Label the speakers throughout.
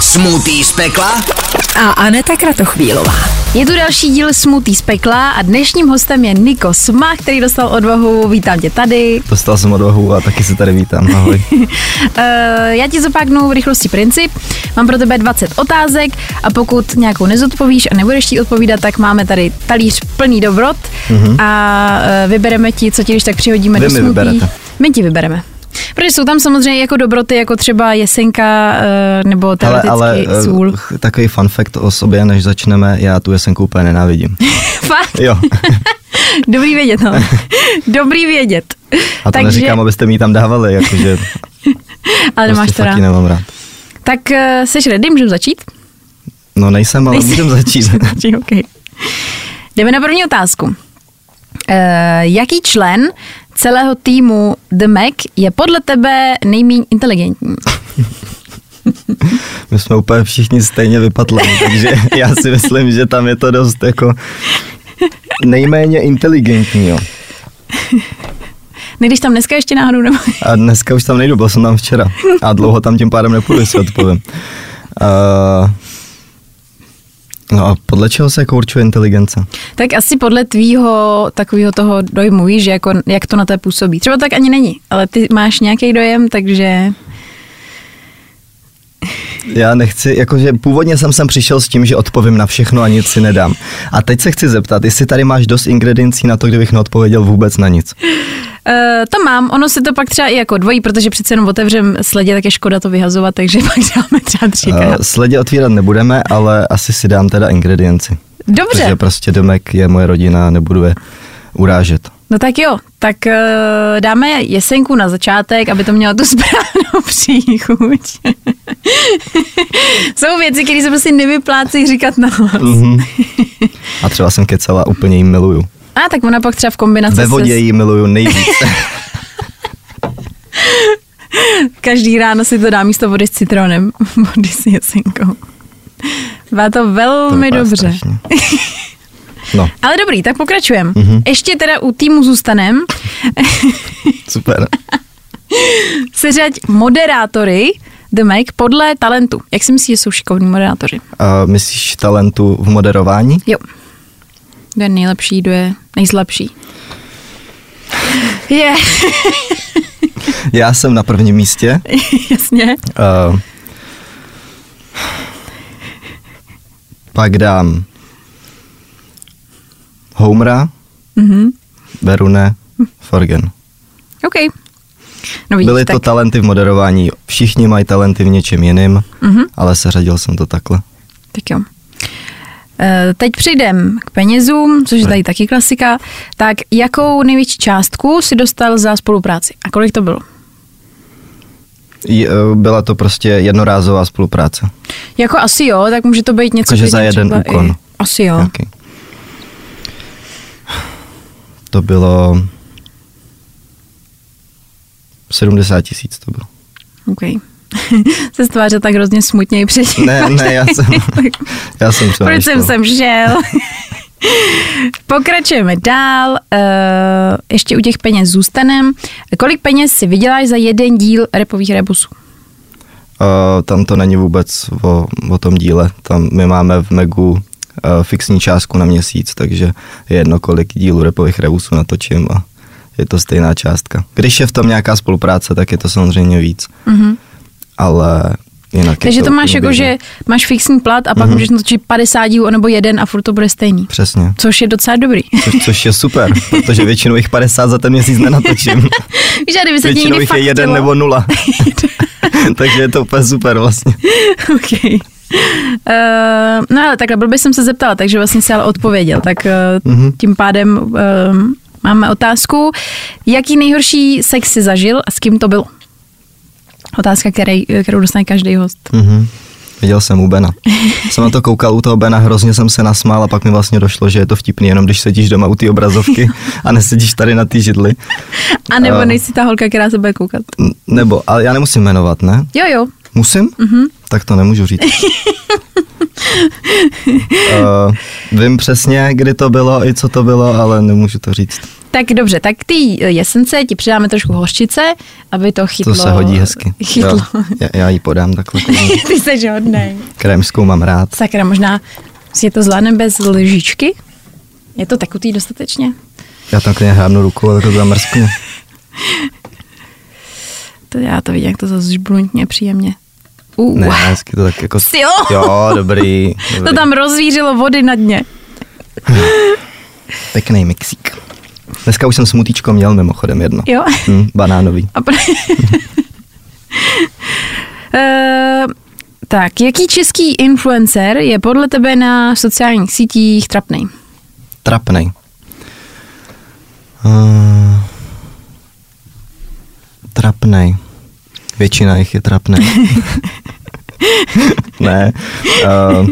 Speaker 1: Smutý z pekla?
Speaker 2: a Aneta Kratochvílová.
Speaker 3: Je tu další díl Smutý z pekla a dnešním hostem je Niko Sma, který dostal odvahu. Vítám tě tady.
Speaker 4: Dostal jsem odvahu a taky se tady vítám. Ahoj.
Speaker 3: Eh, já ti zopaknu v rychlosti princip. Mám pro tebe 20 otázek a pokud nějakou nezodpovíš a nebudeš ti odpovídat, tak máme tady talíř plný dobrot a eh, vybereme ti, co ti když tak přihodíme
Speaker 4: Mhm. Vy
Speaker 3: do
Speaker 4: mi
Speaker 3: smutí.
Speaker 4: vyberete.
Speaker 3: My ti vybereme. Protože jsou tam samozřejmě jako dobroty, jako třeba jesenka eh, nebo
Speaker 4: Ale,
Speaker 3: teoreticky
Speaker 4: ale eh,
Speaker 3: sůl.
Speaker 4: ch- takový fun fact o sobě, než začneme, já tu jesenku úplně nenávidím.
Speaker 3: Fakt,
Speaker 4: Jo,
Speaker 3: dobrý vědět, no. Dobrý vědět.
Speaker 4: a to Takže... neříkám, abyste mi ji tam dávali, jakože
Speaker 3: ale nemáš to
Speaker 4: prostě fakt
Speaker 3: rád.
Speaker 4: ji nemám rád.
Speaker 3: Tak uh, jsi ready, můžeme začít?
Speaker 4: No nejsem, ale
Speaker 3: Nejsi-
Speaker 4: můžem začít.
Speaker 3: Dobře, okay. Jdeme na první otázku. Uh, jaký člen celého týmu The Mac je podle tebe nejméně inteligentní?
Speaker 4: My jsme úplně všichni stejně vypadli, takže já si myslím, že tam je to dost jako nejméně inteligentní, jo.
Speaker 3: Ne, když tam dneska ještě náhodou nebo...
Speaker 4: A dneska už tam nejdu, byl jsem tam včera. A dlouho tam tím pádem nepůjdu, si odpovím. Uh, no a podle čeho se jako určuje inteligence?
Speaker 3: Tak asi podle tvýho takového toho dojmu, víš, že jako, jak to na té působí. Třeba tak ani není, ale ty máš nějaký dojem, takže...
Speaker 4: Já nechci, jakože původně jsem sem přišel s tím, že odpovím na všechno a nic si nedám. A teď se chci zeptat, jestli tady máš dost ingrediencí na to, kdybych neodpověděl vůbec na nic.
Speaker 3: Uh, to mám, ono se to pak třeba i jako dvojí, protože přece jenom otevřem sledě, tak je škoda to vyhazovat, takže pak dáme třeba
Speaker 4: Uh,
Speaker 3: třikrát.
Speaker 4: sledě otvírat nebudeme, ale asi si dám teda ingredienci.
Speaker 3: Dobře.
Speaker 4: Protože prostě domek je moje rodina, nebudu je urážet.
Speaker 3: No tak jo, tak eh, dáme jesenku na začátek, aby to mělo tu správnou příchuť. Jsou věci, které se prostě nevyplácí říkat na hlas.
Speaker 4: Mhm. A třeba jsem kecela, úplně jí miluju.
Speaker 3: A tak ona pak třeba v kombinaci
Speaker 4: Ve vodě
Speaker 3: se s-
Speaker 4: ji miluju nejvíc.
Speaker 3: každý ráno si to dá místo vody s citronem, vody s jesenkou. Má to velmi
Speaker 4: vypadá
Speaker 3: dobře.
Speaker 4: strašně. No,
Speaker 3: Ale dobrý, tak pokračujeme.
Speaker 4: Mhm.
Speaker 3: Ještě teda u týmu zůstanem.
Speaker 4: super.
Speaker 3: Seřaď moderátory The Mac podle talentu. Jak si myslíš, že jsou šikovní moderátoři?
Speaker 4: Uh, myslíš talentu v moderování?
Speaker 3: Jo. Kdo je nejlepší, kdo je nejslabší. Je,
Speaker 4: Já jsem na prvním místě.
Speaker 3: jasně.
Speaker 4: Uh, pak dám Homera,
Speaker 3: Mhm.
Speaker 4: Berune, Forgen.
Speaker 3: OK. No vidíš,
Speaker 4: Byly
Speaker 3: tak.
Speaker 4: to talenty v moderování. Všichni mají talenty v něčem jiným,
Speaker 3: Mhm.
Speaker 4: ale seřadil jsem to takhle.
Speaker 3: tak jo. E, Teď přejdem k penězům, což je tady taky klasika. Tak jakou největší částku si dostal za spolupráci? A kolik to bylo?
Speaker 4: J- eh, Byla to prostě jednorázová spolupráce.
Speaker 3: Jako asi jo, tak může to být něco.
Speaker 4: Jakože za
Speaker 3: klidně
Speaker 4: jeden
Speaker 3: třeba
Speaker 4: úkon.
Speaker 3: I, asi jo.
Speaker 4: Jaký? To bylo 70 tisíc to bylo.
Speaker 3: OK. se stváře tak hrozně smutněji předtím.
Speaker 4: Ne, ne, já jsem, já jsem
Speaker 3: Proč jsem
Speaker 4: přemýšlel.
Speaker 3: sem šel? Pokračujeme dál, eh, ještě u těch peněz zůstanem. Kolik peněz si vyděláš za jeden díl repových rebusů?
Speaker 4: Uh, tam to není vůbec o, o tom díle. Tam my máme v Megu uh, fixní částku na měsíc, takže je jedno, kolik dílů repových revusů natočím a je to stejná částka. Když je v tom nějaká spolupráce, tak je to samozřejmě víc,
Speaker 3: Mhm.
Speaker 4: ale jinak je
Speaker 3: Takže to, máš jako,
Speaker 4: průběžné.
Speaker 3: že máš fixní plat a pak
Speaker 4: Mhm.
Speaker 3: můžeš natočit 50 dílů nebo jeden a furt to bude stejný.
Speaker 4: Přesně.
Speaker 3: Což je docela dobrý.
Speaker 4: Což, což je super, protože většinou jich 50 za ten měsíc nenatočím.
Speaker 3: Víš, a kdyby se ti
Speaker 4: Většinou
Speaker 3: někdy
Speaker 4: jich je jeden
Speaker 3: faktilo-
Speaker 4: nebo nula. Takže je to úplně super vlastně.
Speaker 3: OK. Uh, no ale takhle, blbě jsem se zeptala, takže vlastně si ale odpověděl. Tak uh,
Speaker 4: Mhm.
Speaker 3: mm-hmm. tím pádem uh, máme otázku. Jaký nejhorší sex si zažil a s kým to bylo? Otázka, který, kterou dostane každý host.
Speaker 4: Mhm. Viděl jsem u Bena. Jsem na to koukal u toho Bena, hrozně jsem se nasmál a pak mi vlastně došlo, že je to vtipný, jenom když sedíš doma u té obrazovky a nesedíš tady na té židli.
Speaker 3: A nebo
Speaker 4: Eh.
Speaker 3: nejsi ta holka, která se bude koukat.
Speaker 4: N- Nebo, ale já nemusím jmenovat, ne?
Speaker 3: Jo, jo.
Speaker 4: Musím?
Speaker 3: Mhm.
Speaker 4: Mm-hmm. Tak to nemůžu říct. Eh, uh, vím přesně, kdy to bylo i co to bylo, ale nemůžu to říct.
Speaker 3: Tak dobře, tak ty eh, jesence ti přidáme trošku hořčice, aby to chytlo.
Speaker 4: To se hodí hezky.
Speaker 3: Chytlo.
Speaker 4: Jo, já, já ji podám takhle.
Speaker 3: ty jsi hodnej.
Speaker 4: Krémskou mám rád.
Speaker 3: Sakra, možná si je to zvládne bez lžičky? Je to takutý dostatečně?
Speaker 4: Já tam klidně hrábnu ruku, ale to zamrzknu.
Speaker 3: To já to vidím, jak to zase žbluntně příjemně. Uh,
Speaker 4: Ne, hezky to tak jako...
Speaker 3: Si jo?
Speaker 4: Jo, dobrý. dobrý.
Speaker 3: to tam rozvířilo vody na dně.
Speaker 4: Pěkný mixík. Dneska už jsem smutíčko měl mimochodem jedno.
Speaker 3: Jo.
Speaker 4: Hm, banánový.
Speaker 3: A pro... Eh, tak, jaký český influencer je podle tebe na sociálních sítích trapnej?
Speaker 4: Trapnej. Uh, trapnej. Většina jich je trapnej. ne. Uh,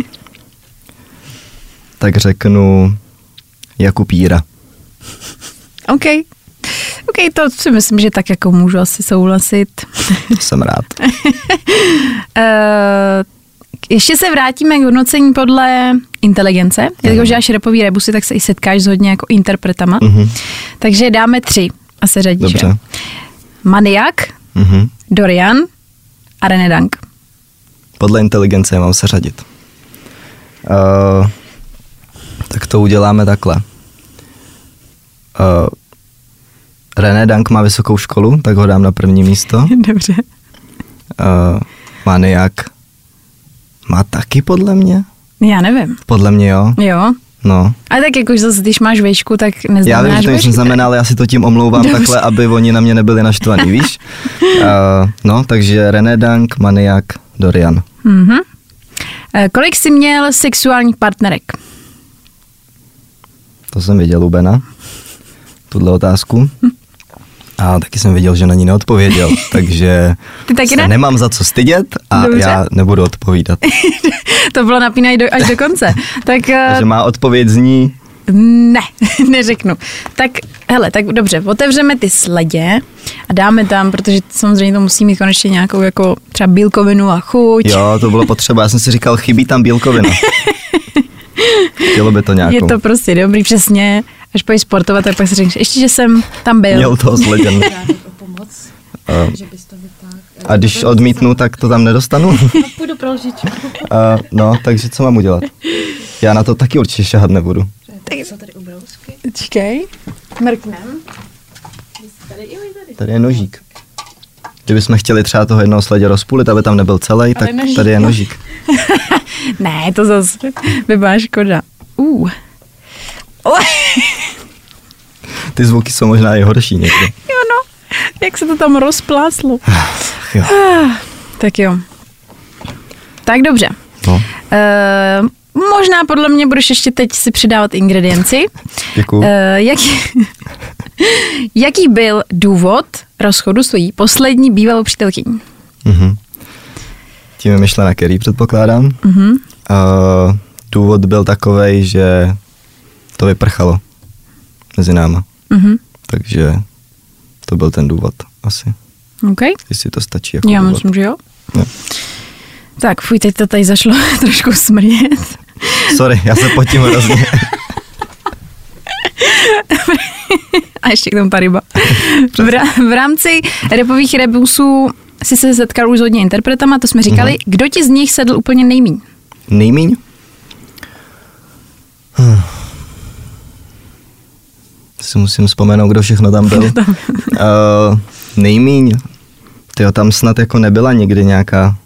Speaker 4: tak řeknu Jakub Jíra.
Speaker 3: OK. OK, to si myslím, že tak jako můžu asi souhlasit.
Speaker 4: Jsem rád.
Speaker 3: Eh, ještě se vrátíme k hodnocení podle inteligence. Jelikož děláš repový rebusy, tak se i setkáš s hodně jako interpretama.
Speaker 4: Mhm.
Speaker 3: Takže dáme tři a se řadíš.
Speaker 4: Dobře.
Speaker 3: Maniak,
Speaker 4: Mhm.
Speaker 3: Dorian a René Dank.
Speaker 4: Podle inteligence je mám seřadit. Uh, tak to uděláme takhle. Uh, René Dank má vysokou školu, tak ho dám na první místo.
Speaker 3: Dobře.
Speaker 4: Uh, Maniak má taky podle mě?
Speaker 3: Já nevím.
Speaker 4: Podle mě jo.
Speaker 3: Jo.
Speaker 4: No.
Speaker 3: Ale tak jako zase, když máš vejšku, tak
Speaker 4: Já
Speaker 3: neznamenáš
Speaker 4: vím, že to nic
Speaker 3: vejšku.
Speaker 4: neznamená, ale já si to tím omlouvám
Speaker 3: Dobře.
Speaker 4: takhle, aby oni na mě nebyli naštvaní, víš? Uh, no, takže René Dank, Maniak, Dorian.
Speaker 3: Mhm. Eh, Kolik jsi měl sexuálních partnerek?
Speaker 4: To jsem viděl u Bena, tuhle otázku. A taky jsem viděl, že na ní neodpověděl, takže
Speaker 3: Ty taky
Speaker 4: se
Speaker 3: ne?
Speaker 4: nemám za co stydět a
Speaker 3: Dobře.
Speaker 4: já nebudu odpovídat.
Speaker 3: To bylo napínají do, až do konce. Tak eh,
Speaker 4: Takže má odpověď zní,
Speaker 3: Ne, neřeknu. Tak, hele, tak dobře, otevřeme ty sledě a dáme tam, protože samozřejmě to musí mít konečně nějakou jako třeba bílkovinu a chuť.
Speaker 4: jo, to bylo potřeba, já jsem si říkal, chybí tam bílkovina. Chtělo by to nějakou.
Speaker 3: Je to prostě dobrý, přesně. Až pojď sportovat, tak pak si řekneš, ještě, že jsem tam byl.
Speaker 4: Měl toho sleděn.
Speaker 1: žádat o pomoc,
Speaker 4: Eh.
Speaker 1: že bys to vytáhl.
Speaker 4: A když odmítnu, tak to tam nedostanu.
Speaker 1: No, půjdu pro lžičku.
Speaker 4: Uh, no, takže co mám udělat? Já na to taky určitě šahat nebudu.
Speaker 1: Jsou tady ubrousky?
Speaker 3: Čekej, mrknem.
Speaker 4: Tady je nožík. Kdybychom chtěli třeba toho jednoho sledě rozpůlit, aby tam nebyl celý, tak
Speaker 3: nožík,
Speaker 4: tady je nožík.
Speaker 3: Ne, to zase by byla škoda. Uh. Oh,
Speaker 4: Ty zvuky jsou možná i horší někdy.
Speaker 3: jo no, jak se to tam rozpláslo.
Speaker 4: Ach jo.
Speaker 3: Tak jo. Tak dobře.
Speaker 4: No,
Speaker 3: Eh, možná podle mě budeš ještě teď si přidávat ingredienci.
Speaker 4: děkuju.
Speaker 3: Eh, jaký, jaký byl důvod rozchodu svojí poslední bývalou přítelkyní?
Speaker 4: Mhm. Tím je myšlena Kerry, předpokládám.
Speaker 3: Mhm.
Speaker 4: Uh, důvod byl takový, že to vyprchalo mezi náma.
Speaker 3: Mhm.
Speaker 4: Takže to byl ten důvod asi.
Speaker 3: OK.
Speaker 4: Jestli to stačí jako
Speaker 3: Já
Speaker 4: důvod.
Speaker 3: myslím, že jo.
Speaker 4: No.
Speaker 3: Tak, fuj, teď to tady zašlo trošku smrdět.
Speaker 4: Sorry, já se potím hrozně.
Speaker 3: A ještě k tomu ta ryba. V, ra- v rámci repových rebusů si se setkal už s hodně interpretama, to jsme
Speaker 4: Mhm.
Speaker 3: říkali. Kdo ti z nich sedl úplně nejmíň?
Speaker 4: Nejmíň? Hm. Si musím vzpomenout, kdo všechno tam byl. uh, nejmíň. Tyjo, tam snad jako nebyla nikdy nějaká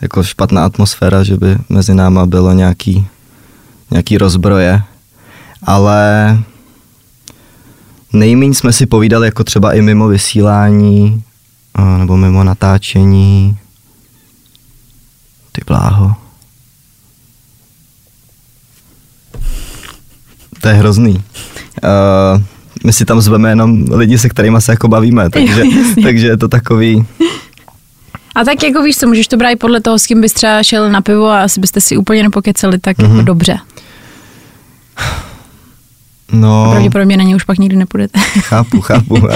Speaker 4: jako špatná atmosféra, že by mezi náma bylo nějaký, nějaký rozbroje. Ale nejmíň jsme si povídali jako třeba i mimo vysílání eh, nebo mimo natáčení. Ty bláho. To je hrozný. Uh, my si tam zveme jenom lidi, se kterými se jako bavíme, takže,
Speaker 3: jasně.
Speaker 4: takže je to takový,
Speaker 3: A tak jako víš co, můžeš to brát i podle toho, s kým bys třeba šel na pivo a asi byste si úplně nepokeceli, tak mm-hmm.
Speaker 4: Mhm.
Speaker 3: jako dobře.
Speaker 4: no,
Speaker 3: Pravděpodobně na ně už pak nikdy nepůjdete.
Speaker 4: chápu, chápu. Uh,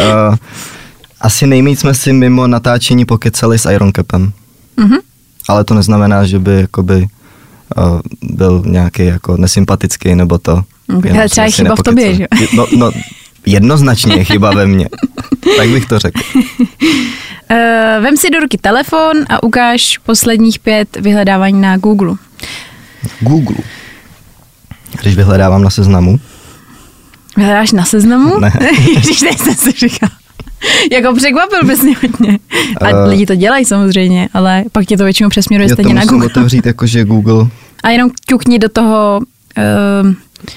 Speaker 4: asi nejméně jsme si mimo natáčení pokeceli s Iron Capem,
Speaker 3: Mhm.
Speaker 4: ale to neznamená, že by jakoby uh, byl nějaký jako nesympatický nebo to.
Speaker 3: Mm,
Speaker 4: Jenom
Speaker 3: hele,
Speaker 4: jsme
Speaker 3: třeba je
Speaker 4: si
Speaker 3: chyba v tobě,
Speaker 4: nepokecali. No, no, jednoznačně je chyba ve mně. Tak bych to řekl.
Speaker 3: Eh, Vem si do ruky telefon a ukáž posledních pět vyhledávání na Google.
Speaker 4: Google. Když vyhledávám na seznamu,
Speaker 3: Hledáš na seznamu?
Speaker 4: Ne.
Speaker 3: Když teď jsem si říkal. jako překvapil bys mě hodně. A
Speaker 4: Eh.
Speaker 3: lidi to dělají samozřejmě, ale pak tě to většinou přesměruje
Speaker 4: já to
Speaker 3: stejně na
Speaker 4: musím
Speaker 3: Google.
Speaker 4: otevřít jakože Google,
Speaker 3: A jenom ťukni do toho, uh,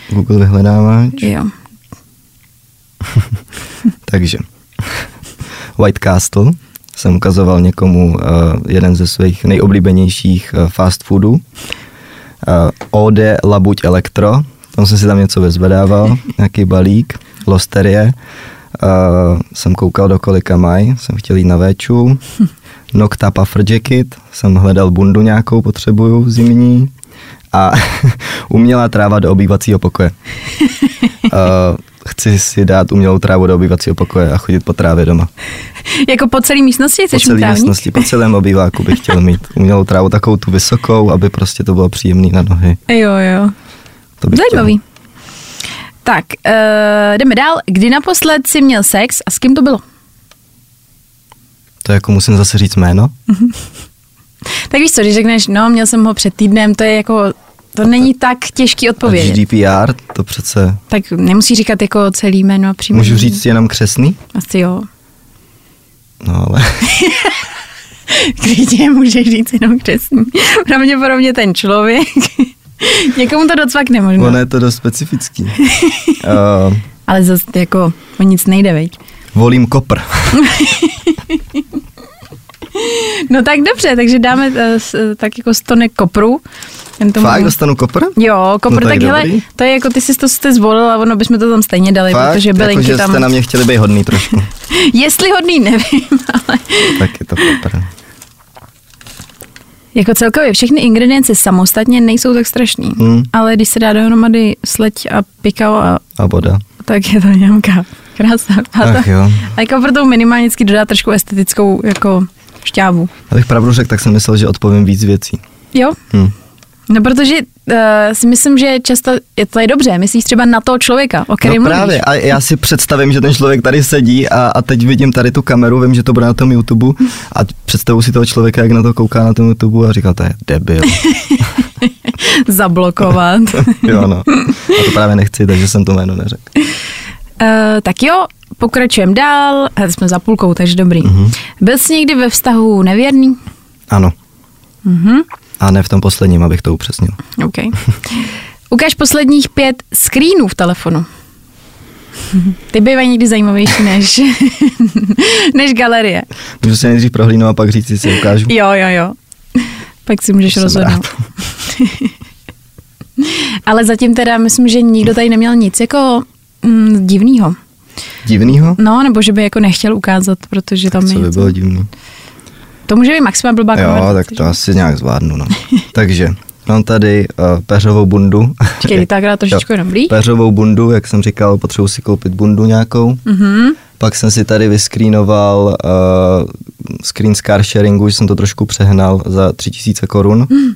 Speaker 4: Google vyhledávač.
Speaker 3: jo,
Speaker 4: Takže White Castle jsem ukazoval někomu uh, jeden ze svých nejoblíbenějších uh, fast foodů. Uh, OD Labuť Elektro, tam jsem si tam něco vyzvedával, nějaký balík, Losterie. Uh, jsem koukal do kolika maj, jsem chtěl jít na véču. Nocta Puffer Jacket, jsem hledal bundu nějakou, potřebuju zimní. A umělá tráva do obývacího pokoje. Uh, chci si dát umělou trávu do obývacího pokoje a chodit po trávě doma.
Speaker 3: Jako po celé místnosti
Speaker 4: Po
Speaker 3: chceš mít
Speaker 4: celé
Speaker 3: trávník?
Speaker 4: místnosti, po celém obýváku bych chtěl mít umělou trávu, takovou tu vysokou, aby prostě to bylo příjemný na nohy.
Speaker 3: Jo, jo.
Speaker 4: To bych
Speaker 3: Zajímavý. Tak, uh, jdeme dál. Kdy naposled jsi měl sex a s kým to bylo?
Speaker 4: Chtěl. To jako musím zase říct jméno.
Speaker 3: Tak víš co, když řekneš, no měl jsem ho před týdnem, to je jako, to není tak těžký
Speaker 4: A
Speaker 3: odpovědět.
Speaker 4: GDPR, to přece...
Speaker 3: Tak nemusí říkat jako celý jméno a příjmení.
Speaker 4: Můžu říct jenom křesný?
Speaker 3: Asi jo.
Speaker 4: No ale...
Speaker 3: Klidně můžeš říct jenom křesný. Pravděpodobně ten člověk. Někomu to docvakne možná.
Speaker 4: Ono je to dost specifický. Uh,
Speaker 3: Ale zase jako o nic nejde, veď.
Speaker 4: volím kopr.
Speaker 3: No tak dobře, takže dáme eh, s- tak jako stonek kopru. Jen tomu-
Speaker 4: Fakt dostanu kopr?
Speaker 3: Jo, kopr,
Speaker 4: No
Speaker 3: no,
Speaker 4: tak
Speaker 3: tak, hele,
Speaker 4: dobrý.
Speaker 3: to je jako ty jsi to jste zvolil a ono bychom to tam stejně dali,
Speaker 4: Fakt?
Speaker 3: protože bylinky
Speaker 4: jako, že
Speaker 3: tam.
Speaker 4: jste na mě chtěli být hodný trošku.
Speaker 3: Jestli hodný, nevím, ale
Speaker 4: tak je to kopr.
Speaker 3: jako celkově všechny ingredience samostatně nejsou tak strašný.
Speaker 4: Hmm.
Speaker 3: Ale když se dá dohromady sleť a pikao a
Speaker 4: A boda.
Speaker 3: tak je to nějaká krása. A, to,
Speaker 4: Ach jo.
Speaker 3: a jako proto minimálně vždycky dodá trošku estetickou jako šťávu.
Speaker 4: Abych pravdu řekl, tak jsem myslel, že odpovím víc věcí.
Speaker 3: Jo?
Speaker 4: Hm.
Speaker 3: No protože uh, si myslím, že často je to je dobře, myslíš třeba na toho člověka, o kterém
Speaker 4: no
Speaker 3: mluvíš.
Speaker 4: právě, a já si představím, že ten člověk tady sedí a, a teď vidím tady tu kameru, vím, že to bude na tom YouTube a představu si toho člověka, jak na to kouká na tom YouTube a říkal, to je debil.
Speaker 3: Zablokovat.
Speaker 4: jo, no. A to právě nechci, takže jsem to jméno neřekl.
Speaker 3: Uh, tak jo, pokračujeme dál. Hele, jsme za půlkou, takže dobrý.
Speaker 4: Mhm.
Speaker 3: Mm-hmm. Byl jsi někdy ve vztahu nevěrný?
Speaker 4: Ano.
Speaker 3: Mhm,
Speaker 4: A ne v tom posledním, abych to upřesnil.
Speaker 3: OK. Ukaž posledních pět screenů v telefonu. Ty bývají někdy zajímavější než, než galerie.
Speaker 4: Můžu si nejdřív prohlídnout a pak říct, jestli si ukážu.
Speaker 3: Jo, jo, jo. Pak si můžeš
Speaker 4: Jsem
Speaker 3: rozhodnout.
Speaker 4: rád.
Speaker 3: Ale zatím teda myslím, že nikdo tady neměl nic jako mm, divného.
Speaker 4: Divnýho?
Speaker 3: No, nebo že by jako nechtěl ukázat, protože tam
Speaker 4: Co
Speaker 3: je
Speaker 4: by
Speaker 3: něco.
Speaker 4: bylo divný?
Speaker 3: To může být maximálně blbá
Speaker 4: Jo,
Speaker 3: konverzace,
Speaker 4: tak to
Speaker 3: že?
Speaker 4: asi nějak zvládnu, no. Takže, mám tady uh, peřovou bundu.
Speaker 3: Čekej, tak dá trošičku
Speaker 4: Jo,
Speaker 3: jenom blíž.
Speaker 4: Peřovou bundu, jak jsem říkal, potřebuji si koupit bundu nějakou.
Speaker 3: Mhm.
Speaker 4: Pak jsem si tady vyscreenoval uh, screen z car sharingu, že jsem to trošku přehnal za 3000 korun.
Speaker 3: Mm.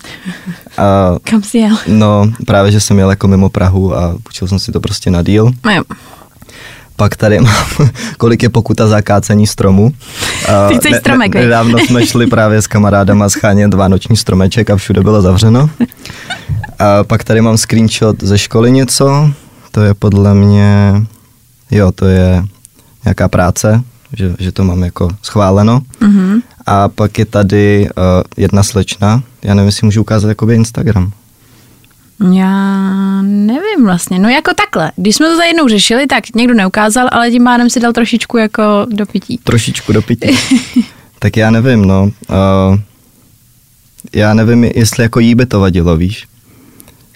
Speaker 4: A
Speaker 3: Kam si jel?
Speaker 4: no, právě, že jsem jel jako mimo Prahu a půjčil jsem si to prostě na díl.
Speaker 3: No jo.
Speaker 4: Pak tady mám, kolik je pokuta za kácení stromu. A
Speaker 3: Ty chceš stromek, viď?
Speaker 4: Nedávno jsme šli právě s kamarádama schánět vánoční stromeček a všude bylo zavřeno. A pak tady mám screenshot ze školy něco, to je podle mě, jo, to je nějaká práce, že, že to mám jako schváleno.
Speaker 3: Mhm.
Speaker 4: A pak je tady uh, jedna slečna, já nevím, jestli můžu ukázat jakoby Instagram.
Speaker 3: Já nevím vlastně. No jako takhle. Když jsme to za jednou řešili, tak někdo neukázal, ale tím pádem si dal trošičku jako do pití.
Speaker 4: trošičku do pití. tak já nevím, no. Uh, já nevím, jestli jako jí by to vadilo, víš.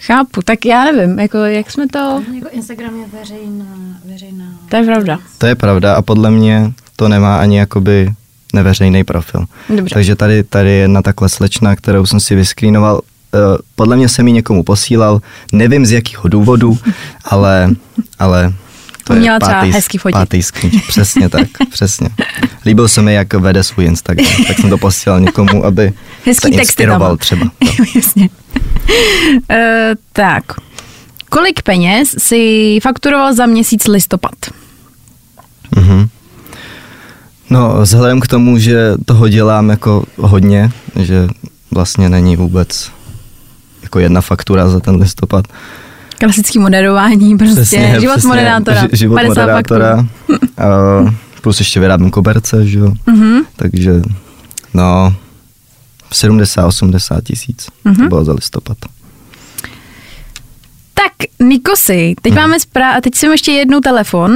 Speaker 3: Chápu, tak já nevím, jako jak jsme to...
Speaker 1: Jako Instagram je veřejná, veřejná.
Speaker 3: To je pravda.
Speaker 4: To je pravda a podle mě to nemá ani jakoby neveřejný profil.
Speaker 3: Dobře.
Speaker 4: Takže tady, tady je jedna takhle slečna, kterou jsem si vyskrýnoval. Eh, Podle mě jsem ji někomu posílal, nevím z jakého důvodu, ale, ale to
Speaker 3: Uměla
Speaker 4: je
Speaker 3: třeba
Speaker 4: pátý,
Speaker 3: hezky fotit.
Speaker 4: pátý screen. Přesně tak, přesně. Líbil se mi, jak vede svůj Instagram, tak jsem to posílal někomu, aby
Speaker 3: Hezký
Speaker 4: se
Speaker 3: texty tam.
Speaker 4: inspiroval třeba.
Speaker 3: Jo, Jasně. Eh, uh, tak. Kolik peněz si fakturoval za měsíc listopad?
Speaker 4: Mhm. No, vzhledem k tomu, že toho dělám jako hodně, že vlastně není vůbec jako jedna faktura za ten listopad.
Speaker 3: Klasický moderování, prostě život
Speaker 4: přesně,
Speaker 3: moderátora.
Speaker 4: ži- život
Speaker 3: 50 faktur.
Speaker 4: moderátora. A plus ještě vyrábím koberce, že jo.
Speaker 3: Mhm.
Speaker 4: Takže no, 70-80 tisíc
Speaker 3: Mhm.
Speaker 4: to bylo za listopad.
Speaker 3: Tak, Nikosy, teď hmm. máme zpráv, a teď jsem ještě jednou telefon,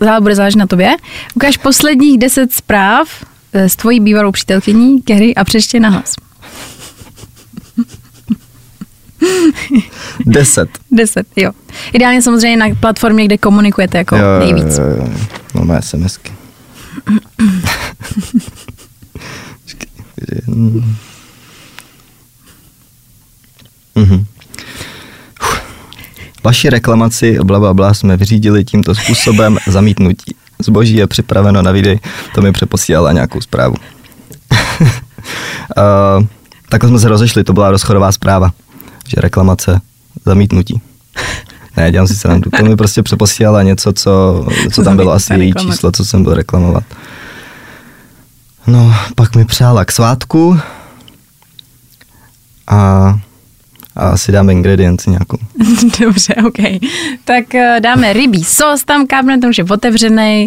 Speaker 3: zále bude záležet na tobě. Ukáž posledních 10 zpráv eh, s tvojí bývalou přítelkyní Kerry a přečtě na hlas.
Speaker 4: Deset.
Speaker 3: 10, jo. Ideálně samozřejmě na platformě, kde komunikujete jako jo, nejvíc.
Speaker 4: jo, jo. No, má SMSky. Mhm. Fuh. Vaši reklamaci bla, bla, bla jsme vyřídili tímto způsobem zamítnutí. Zboží je připraveno na výdej, to mi přeposílala nějakou zprávu. uh, takhle jsme se rozešli, to byla rozchodová zpráva, že reklamace zamítnutí. Ne, dělám si srandu. To mi prostě přeposílala něco, co, co tam bylo asi
Speaker 3: Zamítnutá
Speaker 4: její
Speaker 3: reklamace.
Speaker 4: číslo, co jsem byl reklamovat. No, pak mi přála k svátku a, a asi dáme ingredienci nějakou.
Speaker 3: Dobře, OK. Tak eh, dáme rybí sos, tam kápne, to už je otevřený,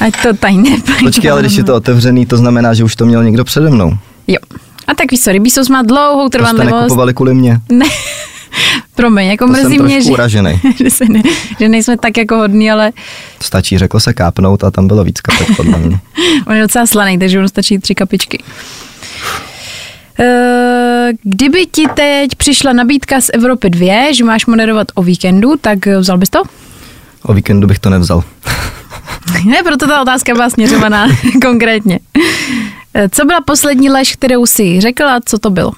Speaker 3: ať to tady nepadne.
Speaker 4: Počkej, ale když je to otevřený, to znamená, že už to měl někdo přede mnou.
Speaker 3: Jo. A tak víš co, rybí sos má dlouhou
Speaker 4: To jste
Speaker 3: trvanlivost.
Speaker 4: nekupovali kvůli mě.
Speaker 3: Ne, promiň, jako
Speaker 4: To jsem
Speaker 3: mrzí
Speaker 4: trošku
Speaker 3: mě, že,
Speaker 4: uraženej.
Speaker 3: že, se ne, že nejsme tak jako hodní, ale
Speaker 4: Stačí, řeklo se kápnout a tam bylo víc kapek podle mě.
Speaker 3: on je docela slaný, takže on stačí tři kapičky. Eh, Kdyby ti teď přišla nabídka z Evropy 2, že máš moderovat o víkendu, tak eh, vzal bys to?
Speaker 4: O víkendu bych to nevzal.
Speaker 3: Ne, proto ta otázka byla směřovaná konkrétně. Eh, Co byla poslední lež, kterou jsi řekla, co to bylo?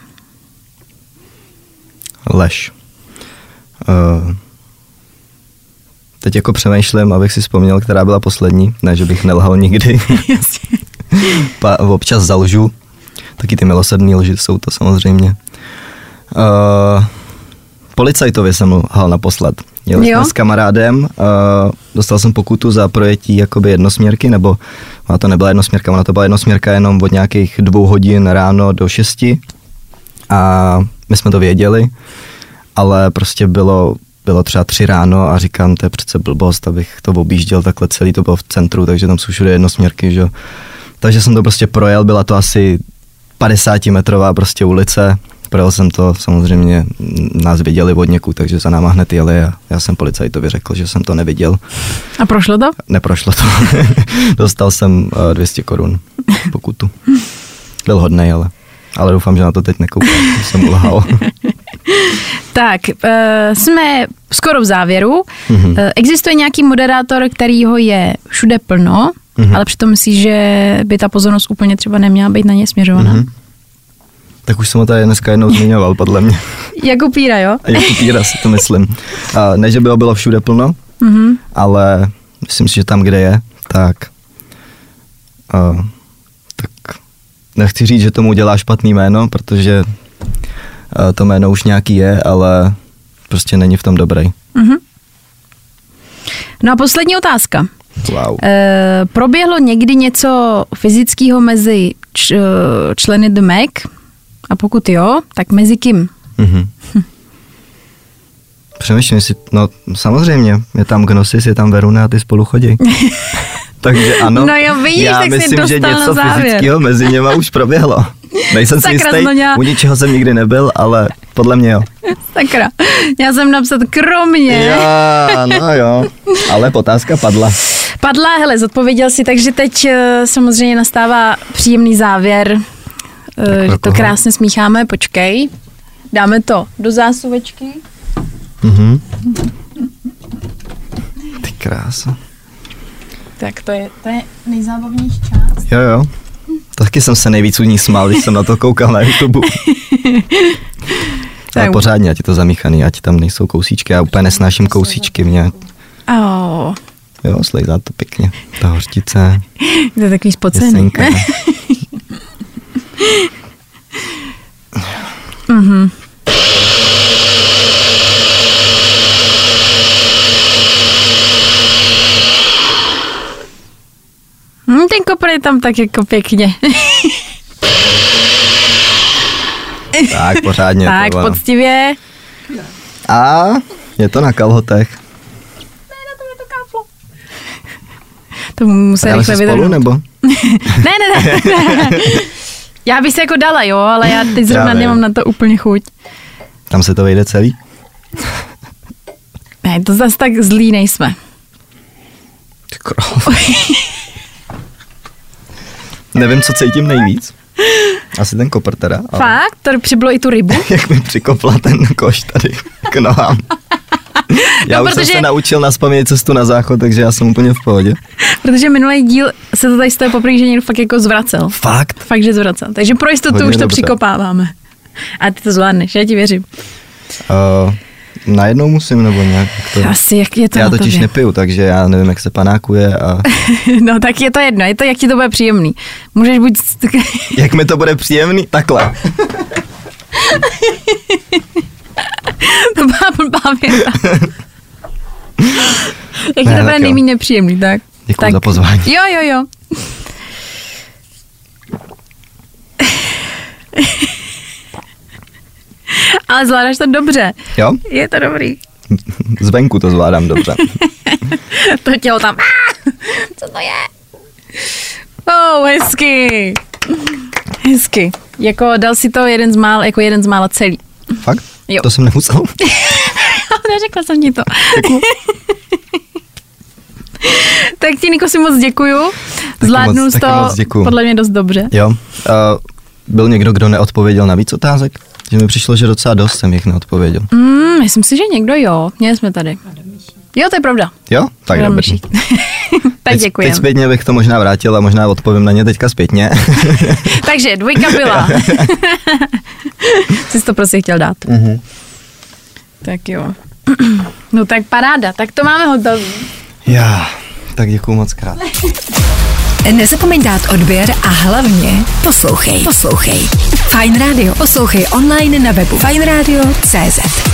Speaker 4: Lež. Uh, teď jako přemýšlím, abych si vzpomněl, která byla poslední. Ne, že bych nelhal nikdy. pa, občas zalžu. Taky ty milosrdný lži jsou to samozřejmě. Uh, policajtovi jsem lhal naposled. Jeli
Speaker 3: Jo.
Speaker 4: jsme s kamarádem, uh, dostal jsem pokutu za projetí jakoby jednosměrky, nebo ona to nebyla jednosměrka, ona to byla jednosměrka jenom od nějakých dvou hodin ráno do šesti. A my jsme to věděli, ale prostě bylo, bylo třeba tři ráno a říkám, to je přece blbost, abych to objížděl takhle celý, to bylo v centru, takže tam jsou všude jednosměrky, že jo. Takže jsem to prostě projel, byla to asi 50-metrová prostě ulice, projel jsem to, samozřejmě m, nás viděli od někud, takže za náma hned jeli a já jsem policajtovi řekl, že jsem to neviděl.
Speaker 3: A prošlo to?
Speaker 4: Neprošlo to. Dostal jsem eh, 200 korun pokutu. Byl hodnej, ale, ale doufám, že na to teď nekoukám, že jsem ulhal.
Speaker 3: Tak, eh, jsme skoro v závěru.
Speaker 4: Mhm.
Speaker 3: Eh, Existuje nějaký moderátor, kterýho je všude plno,
Speaker 4: Mhm.
Speaker 3: ale přitom myslíš, že by ta pozornost úplně třeba neměla být na ně směřovaná?
Speaker 4: Mhm. Tak už jsem ho tady dneska jednou zmiňoval, podle mě.
Speaker 3: Jakub Píra, jo?
Speaker 4: A Jakub Jíra si to myslím. A ne, že bylo, bylo všude plno,
Speaker 3: Mhm.
Speaker 4: ale myslím si, že tam, kde je, tak, a, tak nechci říct, že tomu dělá špatný jméno, protože a, to jméno už nějaký je, ale prostě není v tom dobrý.
Speaker 3: Mhm. No a poslední otázka.
Speaker 4: Wow.
Speaker 3: E, proběhlo někdy něco fyzického mezi č, eh, členy The Mac? A pokud jo, tak mezi kým?
Speaker 4: Mhm. Přemýšlím si, no samozřejmě, je tam Gnosis, je tam Veruna a ty spolu chodí. Takže ano,
Speaker 3: No jo, vidíš,
Speaker 4: já
Speaker 3: tak jsi
Speaker 4: myslím,
Speaker 3: dostal
Speaker 4: že
Speaker 3: na
Speaker 4: něco
Speaker 3: závěr.
Speaker 4: fyzického mezi něma už proběhlo. Nejsem si
Speaker 3: Sakra,
Speaker 4: jistý,
Speaker 3: jsem to měla-
Speaker 4: u ničeho jsem nikdy nebyl, ale podle mě jo.
Speaker 3: Sakra, já jsem napsat kromě.
Speaker 4: Já, no jo, ale otázka padla.
Speaker 3: Padla, hele, zodpověděl si, takže teď eh, samozřejmě nastává příjemný závěr, eh,
Speaker 4: Tak
Speaker 3: že to
Speaker 4: alkohol.
Speaker 3: krásně smícháme, počkej. Dáme to do zásuvečky.
Speaker 4: Mhm. Ty krása.
Speaker 3: Tak to je, to je nejzábavnější část.
Speaker 4: Jo, jo. Taky jsem se nejvíc u ní smál, když jsem na to koukal na YouTube. Ale
Speaker 3: Tak.
Speaker 4: pořádně, ať je to zamíchaný, ať tam nejsou kousíčky. Já úplně nesnáším kousíčky mě.
Speaker 3: Oh,
Speaker 4: Jo, slejzá to pěkně. Ta hořtice,
Speaker 3: to je takový spocený.
Speaker 4: jesenka.
Speaker 3: Hm, zakopaný tam tak jako pěkně.
Speaker 4: Tak, pořádně.
Speaker 3: tak,
Speaker 4: tohle, no.
Speaker 3: poctivě.
Speaker 4: A je to na kalhotech.
Speaker 3: To musel
Speaker 4: Dáme
Speaker 3: rychle
Speaker 4: se spolu,
Speaker 3: vytrhnout.
Speaker 4: nebo?
Speaker 3: Ne, ne, ne, ne. Já bych se jako dala, jo, ale já teď zrovna
Speaker 4: vím.
Speaker 3: nemám na to úplně chuť.
Speaker 4: Tam se to vejde celý?
Speaker 3: Ne, to zase tak zlí nejsme.
Speaker 4: Ty krávo. Nevím, co cítím nejvíc. Asi ten kopr teda. ale-
Speaker 3: Fakt? To přibylo i tu rybu?
Speaker 4: Jak mi přikopla ten koš tady k nohám. Já
Speaker 3: No,
Speaker 4: už jsem
Speaker 3: protože-
Speaker 4: se naučil na spaměť cestu na záchod, takže já jsem úplně v pohodě.
Speaker 3: Protože minulý díl se to tady stalo poprvé, že někdo fakt jako zvracel.
Speaker 4: Fakt?
Speaker 3: Fakt, že zvracel. Takže pro jistotu
Speaker 4: Hodně
Speaker 3: už to
Speaker 4: dobře.
Speaker 3: přikopáváme. A ty to zvládneš, já ti věřím.
Speaker 4: Uh, najednou musím, nebo nějak? jak To...
Speaker 3: Asi, jak je to
Speaker 4: já
Speaker 3: na
Speaker 4: totiž
Speaker 3: tobě.
Speaker 4: nepiju, takže já nevím, jak se panákuje a
Speaker 3: No tak je to jedno, je to, jak ti to bude příjemný. Můžeš buď...
Speaker 4: jak mi to bude příjemný, takhle.
Speaker 3: to byla blbá věta. jak ti to
Speaker 4: Ne,
Speaker 3: bude
Speaker 4: tak jo.
Speaker 3: nejméně nepříjemný, tak?
Speaker 4: Děkuji
Speaker 3: tak.
Speaker 4: za pozvání.
Speaker 3: Jo, jo, jo. Ale zvládáš to dobře.
Speaker 4: Jo?
Speaker 3: Je to dobrý.
Speaker 4: Zvenku to zvládám dobře.
Speaker 3: To tělo tam. Ah, co to je? Oh, hezky. Hezky. Jako dal si to jeden z mála, jako jeden z mála celý.
Speaker 4: Fakt?
Speaker 3: Jo.
Speaker 4: To jsem nemusel.
Speaker 3: Neřekla jsem ti to. tak ti, Niko, si moc děkuju. Zvládnu
Speaker 4: moc-
Speaker 3: jsi
Speaker 4: taky moc
Speaker 3: to
Speaker 4: děkuju.
Speaker 3: podle mě dost dobře.
Speaker 4: Jo. Uh, byl někdo, kdo neodpověděl na víc otázek? Že mi přišlo, že docela dost jsem jich neodpověděl.
Speaker 3: Mm, myslím si, že někdo jo. Měli jsme tady. Jo, to je pravda.
Speaker 4: Jo? Tak
Speaker 3: Velmi
Speaker 4: dobrý.
Speaker 3: No, všichni. tak
Speaker 4: Teď,
Speaker 3: děkujem.
Speaker 4: teď zpětně bych to možná vrátil a možná odpovím na ně teďka zpětně.
Speaker 3: Takže dvojka byla. Jsi to prostě chtěl dát.
Speaker 4: Mhm.
Speaker 3: Tak jo. No tak paráda, tak to máme hotový.
Speaker 4: Já, tak děkuju moc krát.
Speaker 2: Nezapomeň dát odběr a hlavně poslouchej. Poslouchej. Fine Radio. Poslouchej online na webu. Fine Radio. CZ.